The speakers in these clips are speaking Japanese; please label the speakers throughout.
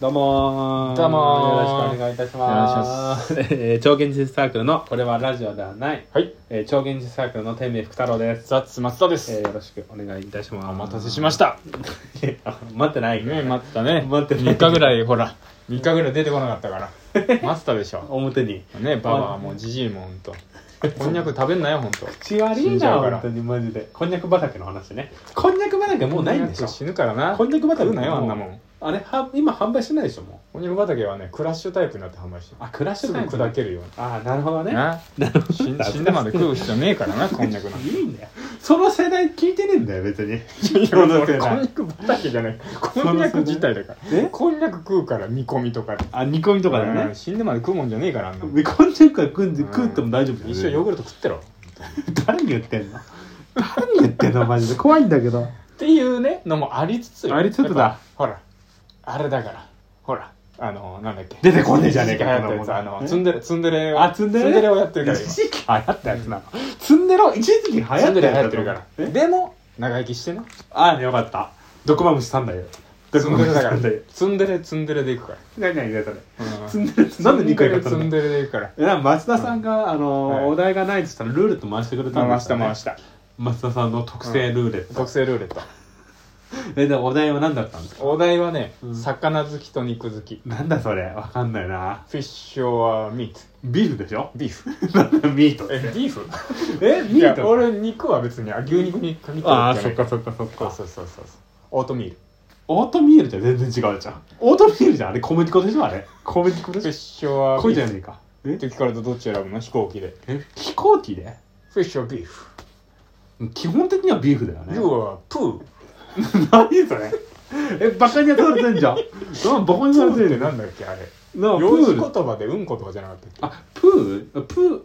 Speaker 1: どうもー
Speaker 2: どうもー
Speaker 1: よろしくお願いいたし
Speaker 2: お願い
Speaker 1: ま。
Speaker 2: します
Speaker 1: えー超現実サークルの、これはラジオではない、
Speaker 2: はい、
Speaker 1: えー超現実サークルの天命福太郎です。
Speaker 2: ザッツ松田で
Speaker 1: え
Speaker 2: す。
Speaker 1: ーよろしくお願いいたします。
Speaker 2: お待たせしました。
Speaker 1: た。 待ってない
Speaker 2: ね、待ってたね。
Speaker 1: 待ってた
Speaker 2: 3日ぐらい、ほら、3日ぐらい出てこなかっ たから。待ってたでしょ。
Speaker 1: 表に。
Speaker 2: ね、ババアもじじいもほんと。こんにゃく食べんなよ、ほんと。
Speaker 1: 血悪
Speaker 2: 死
Speaker 1: い
Speaker 2: んじ
Speaker 1: な、
Speaker 2: ゃうから
Speaker 1: 本当にマジで。こんにゃく畑の話ね。こんにゃく畑もうないんでしょ
Speaker 2: こんにゃく死ぬからな。
Speaker 1: こんにゃく畑
Speaker 2: 食うなよ、あんなもん。
Speaker 1: あれ、は今販売してないでしょ、も
Speaker 2: こんにゃく畑はね、クラッシュタイプになって販売して
Speaker 1: う。あ、クラッシュ
Speaker 2: すぐ
Speaker 1: タイプ
Speaker 2: 砕けるように。
Speaker 1: あー、なるほどね。
Speaker 2: な死ん死んでまで食う必要ねえからな、こんにゃくなん て。
Speaker 1: いいんだよ。その世代聞いてねえんだよ、別に。
Speaker 2: こんに
Speaker 1: 世代
Speaker 2: ゃく畑じゃない。こんにゃく自体だから。
Speaker 1: え
Speaker 2: こんにゃく食うから、煮込みとかで。
Speaker 1: あ、煮込みとかで
Speaker 2: う
Speaker 1: ね
Speaker 2: ん。死んでまで食うもんじゃねえから、あんなもん。
Speaker 1: 煮込んでるから食んで食っても大丈夫だよね
Speaker 2: 一緒ヨーグルト食ってろっ
Speaker 1: 誰に言ってんの誰に言ってんのマジで怖いんだけど
Speaker 2: ていうねのもありつつよ
Speaker 1: ありつつだ
Speaker 2: やっぱほらあれだからほらあのなんだっけ
Speaker 1: 出てこねえじゃねえか
Speaker 2: 一時期流行ったやつ
Speaker 1: この
Speaker 2: あ
Speaker 1: もの
Speaker 2: のツンデレツンデレを
Speaker 1: あツンデレ
Speaker 2: ツンデレをやってるから
Speaker 1: 一時期流行ったやつなのツンデロ一時期流行
Speaker 2: 今ツン
Speaker 1: った
Speaker 2: デレ流
Speaker 1: やつ
Speaker 2: 行ってるから
Speaker 1: え
Speaker 2: でも長生 きしてな
Speaker 1: ああよかった毒マムシ3代よ
Speaker 2: ツ
Speaker 1: 毒
Speaker 2: ン
Speaker 1: マ
Speaker 2: デ
Speaker 1: ム
Speaker 2: レ
Speaker 1: シ
Speaker 2: だ
Speaker 1: 3
Speaker 2: から
Speaker 1: 代よ
Speaker 2: ツンデレツンデレでいくから
Speaker 1: 何何言うたね
Speaker 2: うん
Speaker 1: ツンデレなんで2回言った
Speaker 2: ツン
Speaker 1: の
Speaker 2: デレでいくから
Speaker 1: えなんか松田さんが、あのー
Speaker 2: はい
Speaker 1: お題がないって言ったらルーレット回してくれたんで
Speaker 2: 回
Speaker 1: す
Speaker 2: し
Speaker 1: よ、
Speaker 2: た
Speaker 1: ね、
Speaker 2: 回した
Speaker 1: 松田さんの特製ルーレット、
Speaker 2: 特製ルーレット
Speaker 1: えでお題は何だったんですか
Speaker 2: お題はね
Speaker 1: うん
Speaker 2: 魚好きと肉好きフ
Speaker 1: なんだそれわかんないな
Speaker 2: ィッシュはミート
Speaker 1: ビーフでしょ
Speaker 2: ビーフ
Speaker 1: なんだミート
Speaker 2: えビーフ
Speaker 1: え
Speaker 2: い
Speaker 1: ミ
Speaker 2: や
Speaker 1: ート
Speaker 2: 俺肉は別にあ牛肉に限ってるわ
Speaker 1: ああ
Speaker 2: けじ
Speaker 1: そっ
Speaker 2: ゃない
Speaker 1: かそっかそっ
Speaker 2: そう
Speaker 1: か
Speaker 2: そうそうそうオートミール
Speaker 1: オートミールじゃ全然違うじゃんオートミールじゃんあれ小麦粉でしょあれ小麦粉で
Speaker 2: フィ
Speaker 1: しょ
Speaker 2: ッシュは
Speaker 1: こ
Speaker 2: ビ
Speaker 1: れじゃね
Speaker 2: ーフ
Speaker 1: えかえ
Speaker 2: って聞かれたらどっち選ぶの飛行機で
Speaker 1: え飛行機で
Speaker 2: フィッシュはビーフ
Speaker 1: 基本的にはビーフだよね
Speaker 2: ルーはプー
Speaker 1: 何それえバカに当たれて んじゃんなんバカに当た
Speaker 2: プー
Speaker 1: れ
Speaker 2: ってて
Speaker 1: るな
Speaker 2: なんだっけあれ
Speaker 1: なプ
Speaker 2: 用紙
Speaker 1: ール
Speaker 2: 言葉でうんことかじゃなかったっけ
Speaker 1: あプープ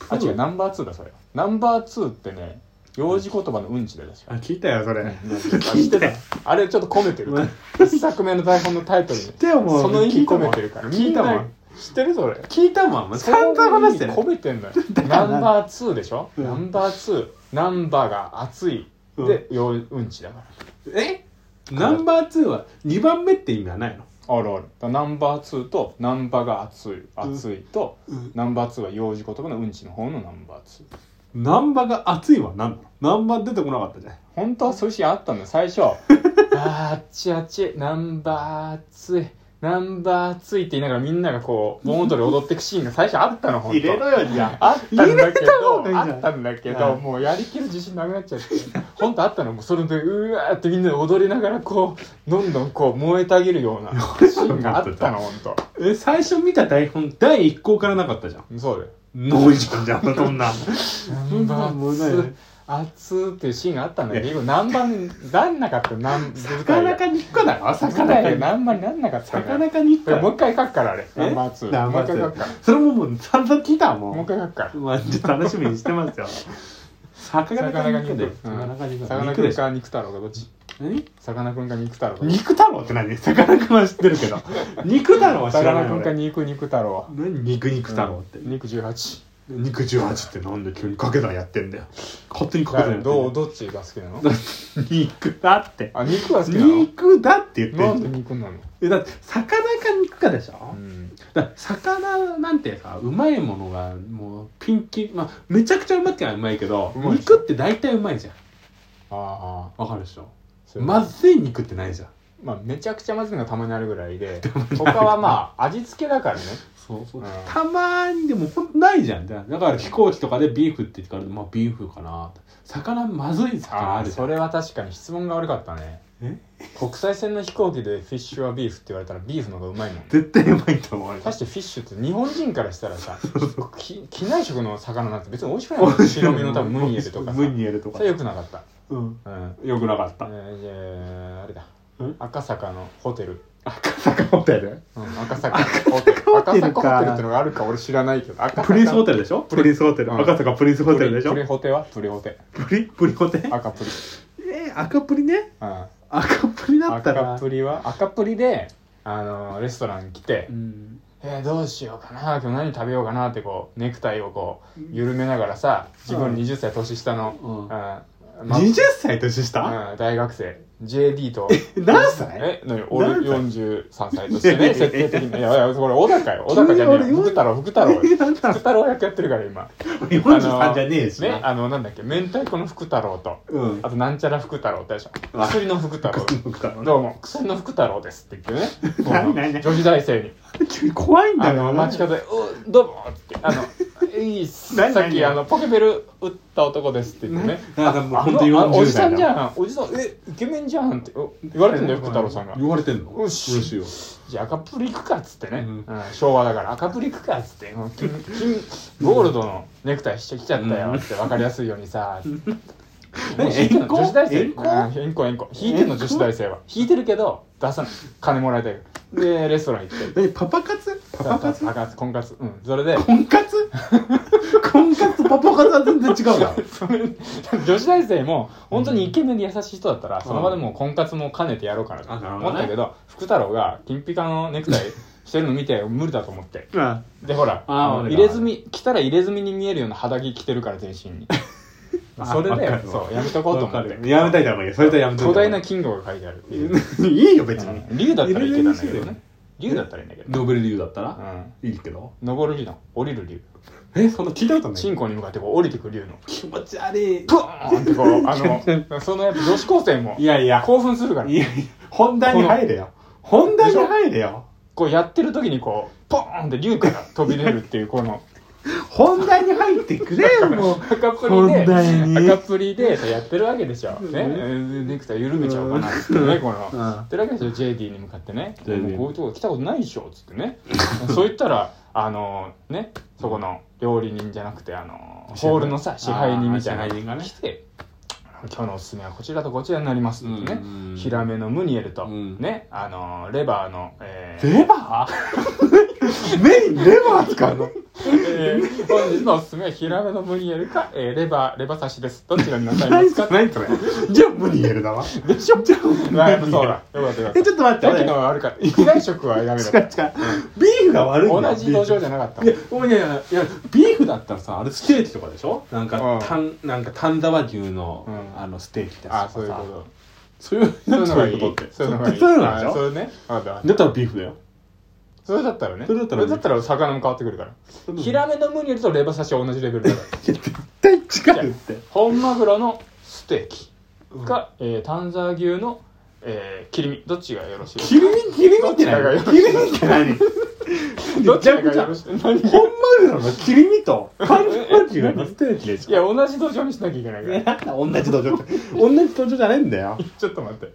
Speaker 1: ー
Speaker 2: あ違うナンバー2だそれナンバー2ってね用紙言葉のうんちだよ確か
Speaker 1: あ聞いたよそれ
Speaker 2: 知ってたあれちょっと込めてるから一作目の台本のタイトルに
Speaker 1: てよもう
Speaker 2: その意味
Speaker 1: 聞いた
Speaker 2: 込
Speaker 1: もん
Speaker 2: めてるから
Speaker 1: 聞いたもん
Speaker 2: みな知ってるそれ
Speaker 1: 聞いたもんもう散々話してる
Speaker 2: その意味込めて んだよナンバー2でしょ
Speaker 1: うん
Speaker 2: ナンバー2ナンバーが熱いでよううんちだから
Speaker 1: えナンバー2は2番目って意味はないの
Speaker 2: あるあるだからナンバー2とナンバーが熱い熱いと、
Speaker 1: うん
Speaker 2: ナンバー2は幼児言葉のうんちの方のナンバー2
Speaker 1: ナンバが熱いは何なのナンバ出てこなかったじゃん
Speaker 2: 本当はそういうシーンあったんだよ最 初あーあっちあっちナンバー熱いナンバー熱いって言いながらみんながこう盆踊り踊ってくシーンが最初あったの本当
Speaker 1: よじゃあ
Speaker 2: あったんだけ
Speaker 1: 入れ
Speaker 2: ど
Speaker 1: た方がいいじゃん
Speaker 2: あったんだけ
Speaker 1: は
Speaker 2: ど
Speaker 1: い
Speaker 2: もうやりきる自信なくなっちゃって本当あったのもうそれでうわーってみんなで踊りながらこうどんどんこう燃えてあげるようなシーンがあったの本 当
Speaker 1: え最初見た台本第1項からなかったじゃん
Speaker 2: そうだよ
Speaker 1: ノイジャンじゃんそんな
Speaker 2: 何番
Speaker 1: もうないね
Speaker 2: 熱っていうシーンがあったんだけ
Speaker 1: い
Speaker 2: ど何番になんなかった何舞台
Speaker 1: 魚
Speaker 2: が
Speaker 1: か肉かだろ
Speaker 2: 舞台が
Speaker 1: 魚か
Speaker 2: 何番になんなかったんだ
Speaker 1: 魚
Speaker 2: よ
Speaker 1: か肉
Speaker 2: これ
Speaker 1: か
Speaker 2: もう一回書くからあれ
Speaker 1: え
Speaker 2: ナンバーツー
Speaker 1: ナン
Speaker 2: も
Speaker 1: バ
Speaker 2: う一
Speaker 1: ーツー
Speaker 2: 回書くから
Speaker 1: それももう散々聞いた
Speaker 2: もう
Speaker 1: も
Speaker 2: 一回書くから
Speaker 1: んマジで楽しみにしてますよ魚
Speaker 2: 魚
Speaker 1: か
Speaker 2: が
Speaker 1: 肉
Speaker 2: 肉
Speaker 1: で魚か
Speaker 2: うん
Speaker 1: 肉
Speaker 2: 魚
Speaker 1: 肉
Speaker 2: く
Speaker 1: で
Speaker 2: ん
Speaker 1: しょ
Speaker 2: か肉太郎がどっち
Speaker 1: え
Speaker 2: 魚くんか肉太郎
Speaker 1: 肉太郎って何魚くんは知ってるけど肉太郎は知らない
Speaker 2: 魚くんか
Speaker 1: 俺
Speaker 2: 肉肉太郎
Speaker 1: 何肉肉太郎って
Speaker 2: 肉18
Speaker 1: 肉18ってなんで急にかけ算やってんだよ勝手にかけ算やってん
Speaker 2: 誰
Speaker 1: だ
Speaker 2: ど
Speaker 1: よ
Speaker 2: うどっちが好きなの
Speaker 1: 肉だって
Speaker 2: あ肉は好きなの
Speaker 1: 肉だって言って
Speaker 2: なん
Speaker 1: んじ
Speaker 2: で
Speaker 1: ゃん
Speaker 2: 肉なの
Speaker 1: えだって魚か肉かでしょ、
Speaker 2: うん
Speaker 1: だから魚なんてさうまいものがもうピンキまあめちゃくちゃうまってのはうまいけど
Speaker 2: うまいっしょ
Speaker 1: 肉って大体うまいじゃん
Speaker 2: ああ
Speaker 1: わかるでしょ
Speaker 2: そういうこと
Speaker 1: まずい肉ってないじゃん
Speaker 2: まあ、めちゃくちゃまずいのがたまにあるぐらいで他はまあ味付けだからね
Speaker 1: そうそう
Speaker 2: うん
Speaker 1: たまーにでもほんないじゃんだから飛行機とかでビーフって言ってからまあビーフかなって魚まずい魚
Speaker 2: あ
Speaker 1: あ
Speaker 2: あ
Speaker 1: るじゃ
Speaker 2: そ
Speaker 1: ん
Speaker 2: れは確かに質問が悪かったね
Speaker 1: え
Speaker 2: 国際線の飛行機でフィッシュはビーフって言われたらビーフの方がうまいもん
Speaker 1: 絶対うまいと思うよ
Speaker 2: 確かにフィッシュって日本人からしたらさき機内食の魚なんて別に美味しくないも ん白身の多分ムニエルとかさ
Speaker 1: ムニエルとか
Speaker 2: それよくなかった
Speaker 1: うん
Speaker 2: うん
Speaker 1: よくなかった
Speaker 2: えーじゃああれだ
Speaker 1: ん
Speaker 2: 赤坂のホテル、
Speaker 1: 赤坂ホテル
Speaker 2: うん、赤坂のホテル
Speaker 1: 赤坂ホテルか
Speaker 2: 赤坂ホテルってのがあるか俺知らないけど赤坂
Speaker 1: プリンスホテルでしょプリンスホテル、
Speaker 2: うん
Speaker 1: 赤坂プリンスホテルでしょ
Speaker 2: プリホテはプリホテ
Speaker 1: プリプリホテル
Speaker 2: 赤プリ
Speaker 1: えー、赤プリね
Speaker 2: うん
Speaker 1: 赤プリだったら
Speaker 2: 赤プリは赤プリであのレストラン来て、
Speaker 1: うん
Speaker 2: えーどうしようかな今日何食べようかなってこうネクタイをこう緩めながらさ自
Speaker 1: う
Speaker 2: 分
Speaker 1: ん
Speaker 2: 20歳年下の、
Speaker 1: うん
Speaker 2: うんま
Speaker 1: 20歳年下、
Speaker 2: うん大学生 JD と
Speaker 1: 何歳
Speaker 2: え何俺
Speaker 1: 何歳
Speaker 2: 43歳としてね設定的にいやいやこれ小高よ小高じゃねえ
Speaker 1: 急
Speaker 2: よ
Speaker 1: に俺
Speaker 2: 福太郎福太郎よ
Speaker 1: えなんだ
Speaker 2: 福太郎役やってるから今
Speaker 1: 43じゃねえし
Speaker 2: ね
Speaker 1: な
Speaker 2: あのなんだっけ明太子の福太郎と
Speaker 1: うん
Speaker 2: あとなんちゃら福太郎ってあるでしょ
Speaker 1: あ
Speaker 2: 薬の福太郎どうも薬の福太郎ですって言ってね
Speaker 1: 何何何
Speaker 2: 女子大生に
Speaker 1: 急に怖いんだ
Speaker 2: あ
Speaker 1: よ
Speaker 2: の
Speaker 1: な
Speaker 2: 街角で「おどうも」って「あ のいいっす
Speaker 1: 何
Speaker 2: さっき
Speaker 1: 何
Speaker 2: あのポケベル打った男です」って言ってね「
Speaker 1: ななんかもう
Speaker 2: あ
Speaker 1: 本
Speaker 2: の
Speaker 1: 当に
Speaker 2: あのおじさん
Speaker 1: 40代だ
Speaker 2: じゃんおじさんえイケメンじゃん」ってお言われてんだよ福太郎さんが
Speaker 1: 言われてんの
Speaker 2: よし
Speaker 1: どうしよう
Speaker 2: じゃあ赤プリ行くかっつってね、
Speaker 1: うん
Speaker 2: うん昭和だから赤プリ行くかっつってもう金金ゴールドのネクタイしてきちゃったよって分かりやすいようにさ、もう引いてんの
Speaker 1: えんこ
Speaker 2: 女子大生
Speaker 1: えんこ
Speaker 2: うんえんこえんこ引いてんの
Speaker 1: えんこ
Speaker 2: 女子大生は引いてるけど出さない金もらいたいからでレストラン行って
Speaker 1: 何パパ活パパ活
Speaker 2: パパ活婚活うん それで
Speaker 1: 婚活婚活とパパ活は全然違う から
Speaker 2: それ女子大生も本当にイケメンで優しい人だったら、その場でもう婚活も兼ねてやろうかなと
Speaker 1: あなるほど
Speaker 2: 思
Speaker 1: ね
Speaker 2: ったけど福太郎が金ピカのネクタイしてるの見て無理だと思って
Speaker 1: うん
Speaker 2: でほら
Speaker 1: あー
Speaker 2: あの
Speaker 1: 俺
Speaker 2: 入
Speaker 1: ら
Speaker 2: れ墨着たら入れ墨に見えるような肌着着てるから全身 に
Speaker 1: あ
Speaker 2: それ
Speaker 1: わか
Speaker 2: で
Speaker 1: るわ
Speaker 2: そうやめとこうと思っ
Speaker 1: わか
Speaker 2: て
Speaker 1: るやめたいだもんそれとやめたい
Speaker 2: 巨大な金魚が書いてあるっていううん
Speaker 1: い いよ別に
Speaker 2: 竜だったらい
Speaker 1: いろいろ
Speaker 2: けたんだけ
Speaker 1: いい
Speaker 2: ど
Speaker 1: ですよ
Speaker 2: ね竜だったらいいんだけど
Speaker 1: ノーベル理由だった
Speaker 2: う
Speaker 1: ら
Speaker 2: ん
Speaker 1: いいけど
Speaker 2: 登る竜の降りる竜
Speaker 1: えそんな聞いたことな
Speaker 2: チ
Speaker 1: い
Speaker 2: ンコに向かってこう降りてく竜の
Speaker 1: 気持ち悪い
Speaker 2: プーンってこうあのそのやっぱ女子高生も
Speaker 1: いやいや
Speaker 2: 興奮するから
Speaker 1: いやいや本題に入れよ 本題に入れよ
Speaker 2: こうやってる時にこうポーンって竜から飛び出るっていうこの
Speaker 1: 本題に入ってくれよもう
Speaker 2: 赤プリ
Speaker 1: 本
Speaker 2: で
Speaker 1: 題に
Speaker 2: 赤プリでさやってるわけでしょ、ねネクタイ緩めちゃおうかなっつってねこの
Speaker 1: うん
Speaker 2: やってるわけですよ JD に向かってね「も
Speaker 1: JD
Speaker 2: うこういうとこ来たことないでしょ」っつってね そう言ったらあのねそこの料理人じゃなくてあのホールのさ支配人みたいな
Speaker 1: あー支配人がね
Speaker 2: 来て「今日のおすすめはこちらとこちらになります」ってね
Speaker 1: うんうん
Speaker 2: ヒラメのムニエルと、
Speaker 1: うん
Speaker 2: ねあのレバーの、えー
Speaker 1: レバー メインレバー使うの
Speaker 2: えー本日のおすすめはヒラメのムニエルか、えーレバーレバ刺しですどちらになさいま
Speaker 1: 何
Speaker 2: す
Speaker 1: そ
Speaker 2: か
Speaker 1: れ何それじゃあ無理やるだわ
Speaker 2: でしょ
Speaker 1: じゃあ無理
Speaker 2: まあ、やっぱそうだ。よかったよかった。
Speaker 1: えちょっと待って
Speaker 2: さっきのは悪かった。機内食はや
Speaker 1: 違
Speaker 2: めろ。
Speaker 1: う違うビーフが悪いんだ
Speaker 2: 同
Speaker 1: よ
Speaker 2: じ土壌じゃなかった
Speaker 1: い
Speaker 2: もん。
Speaker 1: や、ごめんいやいやいや、ビーフだったらさ、あれステーキとかでしょなんか、
Speaker 2: うん
Speaker 1: たん、なんか丹沢牛の、
Speaker 2: うん
Speaker 1: あのステーキだ
Speaker 2: あ
Speaker 1: し
Speaker 2: あ、そういうこと。
Speaker 1: そういう
Speaker 2: そういうのがいい。
Speaker 1: ことって。
Speaker 2: そういうのがいい。
Speaker 1: そういうのでし
Speaker 2: あそ
Speaker 1: ょ
Speaker 2: れね。わかった
Speaker 1: だったらビーフだよ。
Speaker 2: それだったらね。
Speaker 1: それだったら
Speaker 2: それだったら魚も変わってくるから。ヒラメのムニエルとレバ刺しは同じレベルだから。
Speaker 1: 絶対違うって。
Speaker 2: 本マグロのステーキ
Speaker 1: うん
Speaker 2: か、えー丹沢牛の、えー切り身。どっちがよろしい
Speaker 1: 切り身、切り身って
Speaker 2: どっ
Speaker 1: 何
Speaker 2: ち
Speaker 1: 切
Speaker 2: が
Speaker 1: り身って何
Speaker 2: どっち
Speaker 1: じゃ
Speaker 2: が
Speaker 1: じ
Speaker 2: よ
Speaker 1: ゃ
Speaker 2: ろしい何が
Speaker 1: 本丸なの切り身と、丹沢牛のステーキでしょ
Speaker 2: いや、同じ土壌にしなきゃいけないか
Speaker 1: いや
Speaker 2: ら。
Speaker 1: なんだ同じ土壌って 同じ土壌じゃねえんだよ
Speaker 2: ちょっと待って。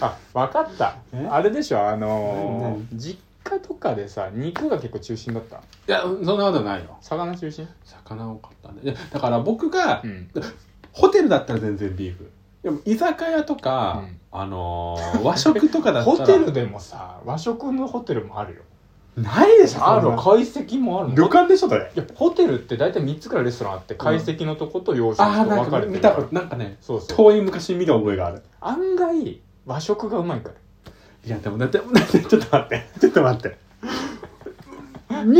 Speaker 2: あ、わかった
Speaker 1: え。
Speaker 2: あれでしょ、あの
Speaker 1: 何
Speaker 2: ー、実家とかでさ、肉が結構中心だった。
Speaker 1: いやそんなことないよ
Speaker 2: 魚中心
Speaker 1: 魚多かったねいやだから僕が、
Speaker 2: ん。
Speaker 1: ホテルだったら全然ビーフでも居酒屋とか、
Speaker 2: うん
Speaker 1: あのー和食とかだったら
Speaker 2: ホテルでもさ、和食のホテルもあるよ。
Speaker 1: ないでしょ
Speaker 2: ある
Speaker 1: そん
Speaker 2: わ
Speaker 1: な
Speaker 2: 懐石もあるの。
Speaker 1: 旅館でしょそれ
Speaker 2: いや、ホテルって大体3つくらいレストランあって、懐石のとこと洋食
Speaker 1: ああ
Speaker 2: のと
Speaker 1: な
Speaker 2: こ
Speaker 1: ん
Speaker 2: 分か
Speaker 1: か
Speaker 2: れて
Speaker 1: 見
Speaker 2: るか
Speaker 1: た
Speaker 2: ら。
Speaker 1: ことなんかね
Speaker 2: そうそう。
Speaker 1: 遠い昔見た覚えがある
Speaker 2: 案外、和食がうまいから。
Speaker 1: いやでもだって だってちょっと待ってちょっと待って 肉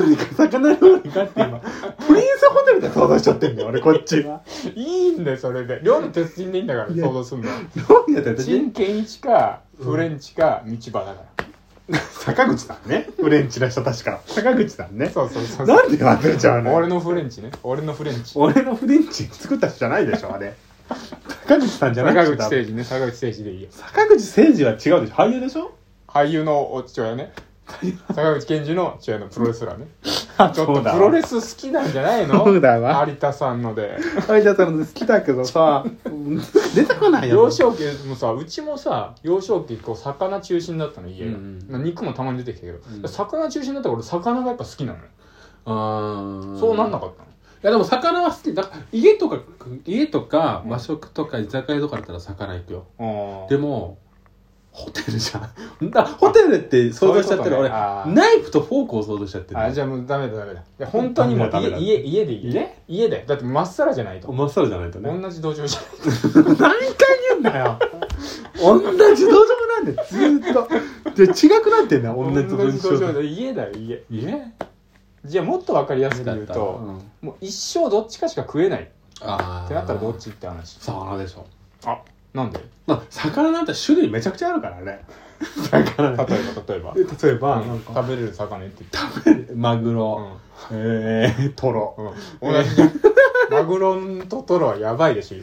Speaker 1: 料理か魚料理かって今プリンスホテルで想像しちゃってんだよ俺こっち はい
Speaker 2: いんだよ、それで。料理鉄人でいいんだから、
Speaker 1: いや
Speaker 2: 想像すんの。
Speaker 1: 料理だったら私
Speaker 2: 陳建一か、フレンチか、道場だから。
Speaker 1: 坂口さんねフレンチの人確か坂口さんね
Speaker 2: そうそうそうそう。
Speaker 1: なんで忘れちゃうの
Speaker 2: 俺のフレンチね俺のフレンチ
Speaker 1: 俺のフレンチ作った人じゃないでしょあ れ坂口さんじゃな
Speaker 2: 坂
Speaker 1: く
Speaker 2: 口
Speaker 1: て
Speaker 2: 誠二ね坂口誠二でいいよ
Speaker 1: 坂口誠二は違うでしょ俳優でしょ
Speaker 2: 俳優のお父親ね坂口健二の父親のプロレスラーね
Speaker 1: あ
Speaker 2: ちょっとプロレス好きなんじゃないの
Speaker 1: そうだわ
Speaker 2: 有田さんので
Speaker 1: はいじゃあその好きだけどさ出てこないよ
Speaker 2: 幼少期もさうちもさ幼少期こう魚中心だったの家が、
Speaker 1: うんう
Speaker 2: 肉もたまに出てきたけど、
Speaker 1: うん
Speaker 2: 魚中心だったから俺魚がやっぱ好きなのよ、
Speaker 1: あ
Speaker 2: そうなん
Speaker 1: の
Speaker 2: なかったの
Speaker 1: いやでも魚は好きだから家とか家とか
Speaker 2: うん
Speaker 1: 和食とか居酒屋とかだったら魚行くよ
Speaker 2: あー
Speaker 1: でもホテルじゃん だホテルって想像しちゃってる
Speaker 2: そう
Speaker 1: 俺
Speaker 2: いうことねあー
Speaker 1: ナイフとフォークを想像しちゃってる
Speaker 2: あじゃあもうダメだダメだいや本当にもう
Speaker 1: ダメだダメだ
Speaker 2: 家家家でいい家家だよだってまっさらじゃないと
Speaker 1: 真っさらじゃないとね
Speaker 2: 同じ同情じゃない
Speaker 1: 何回言うんだよ同じ土壌なんでずーっとで違くなってんだよ 同じ土
Speaker 2: 同じ土
Speaker 1: 壌
Speaker 2: 壌で家だよ家
Speaker 1: いえ
Speaker 2: じゃあもっと分かりやすく言う
Speaker 1: と、
Speaker 2: ともう一生どっちかしか食えないっ
Speaker 1: ああ
Speaker 2: てなったらどっちって話
Speaker 1: 魚でしょ
Speaker 2: あなんで
Speaker 1: まあ、魚なんて種類めちゃくちゃあるから ね。だから
Speaker 2: 例え
Speaker 1: ね、
Speaker 2: ば例えば、
Speaker 1: 例えば、
Speaker 2: う
Speaker 1: なんんか、
Speaker 2: 食べれる魚言ってた、
Speaker 1: マグ
Speaker 2: う
Speaker 1: ロ、
Speaker 2: ん
Speaker 1: えー、トロ。
Speaker 2: うん、同じマグロとトロはやばいでし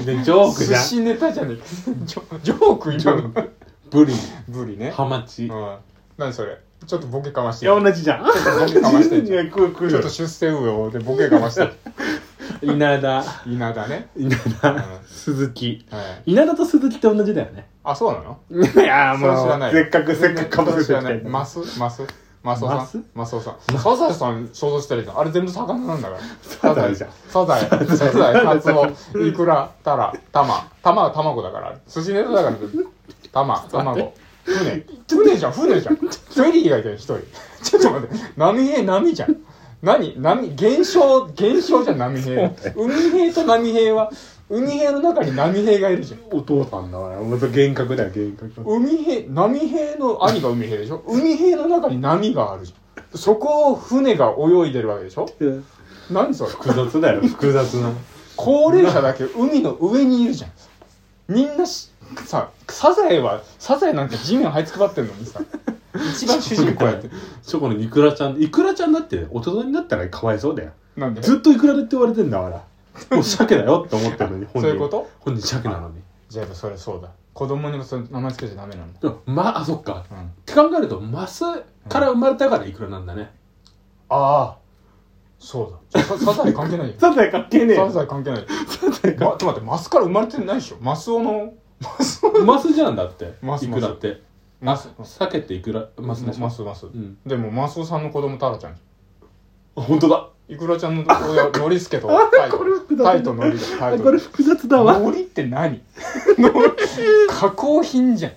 Speaker 2: ょ
Speaker 1: で、ジョーク
Speaker 2: 寿
Speaker 1: じゃん。
Speaker 2: 司ネタじゃねえジョジョーク
Speaker 1: ジョ
Speaker 2: 今の
Speaker 1: ーク。ブリ、
Speaker 2: ブリね
Speaker 1: ハマチ。
Speaker 2: う
Speaker 1: いや、
Speaker 2: ん何それちょっとボケかましてる
Speaker 1: 同じじゃん。
Speaker 2: ちょっとボケかましてるじゃ
Speaker 1: い
Speaker 2: ん
Speaker 1: や来る来る
Speaker 2: ちょっと出世魚でボケかましてる
Speaker 1: 稲田、
Speaker 2: 稲田ね、
Speaker 1: 稲
Speaker 2: うん
Speaker 1: 田、鈴木。
Speaker 2: はい、
Speaker 1: 稲田と鈴木と同じだよね。
Speaker 2: あそうなの
Speaker 1: いやー
Speaker 2: それ知らな
Speaker 1: も、
Speaker 2: いう
Speaker 1: せっかくせっかくかぶせてき
Speaker 2: 知
Speaker 1: た
Speaker 2: ら
Speaker 1: ん
Speaker 2: な
Speaker 1: だ
Speaker 2: い
Speaker 1: けど
Speaker 2: マスマスマスオ
Speaker 1: マ
Speaker 2: さ
Speaker 1: ス
Speaker 2: んマスオさんサザエさん想像したらいいじゃんあれ全部魚なんだから
Speaker 1: サザエじゃん
Speaker 2: サザエサザエカツオイクラタラタマタマは卵だから寿司ネタだからタマ卵船船じゃん船じゃんフェリーがいたよ一人ちょっと待って波平波じゃん何波現象現象じゃん波平海平と波平は海平の中に波平がいるじゃん
Speaker 1: お父さんだから、もう幻覚だよ、幻覚。
Speaker 2: 海兵波平の兄が海兵でしょ海兵の中に波があるじゃんそこを船が泳いでるわけでしょ何それ
Speaker 1: 複雑だよ、複雑な。
Speaker 2: 高齢者だけ海の上にいるじゃんみんなしさサザエはサザエなんか地面這いつくばってんのにさ一番主人公やって
Speaker 1: そこのイクラちゃん、イクラちゃんだって大人になったらかわいそうだよ。
Speaker 2: なんで
Speaker 1: ずっとイクラだって言われてんだ から。もう鮭だよって思ってるのに、本人。
Speaker 2: そういうこと
Speaker 1: 本人鮭なのに。
Speaker 2: じゃあやっぱそれそうだ子供にもその名前つけちゃダメなの
Speaker 1: でもまあ、そっか。
Speaker 2: うん
Speaker 1: って考えると、マスから生まれたからイクラなんだね。
Speaker 2: ああそうだササザエ関 係ないよ
Speaker 1: サザエ関係ね
Speaker 2: サザエ関係ないよ、ま、ちょっと待ってマスから生まれてないでしょマスオのマスオ
Speaker 1: マスじゃんだって。
Speaker 2: マス
Speaker 1: イクラって。
Speaker 2: マス
Speaker 1: 鮭ってイクラ、マスでしょ
Speaker 2: マスマス、
Speaker 1: ん
Speaker 2: でもマスオさんの子供タラちゃん
Speaker 1: あ、本当だ。
Speaker 2: イクラちゃんの親ノリ スケとタイ
Speaker 1: これ複
Speaker 2: ト
Speaker 1: 雑
Speaker 2: タイトノリだタイト
Speaker 1: 複雑だ
Speaker 2: ノリって何ノリ加工品じゃん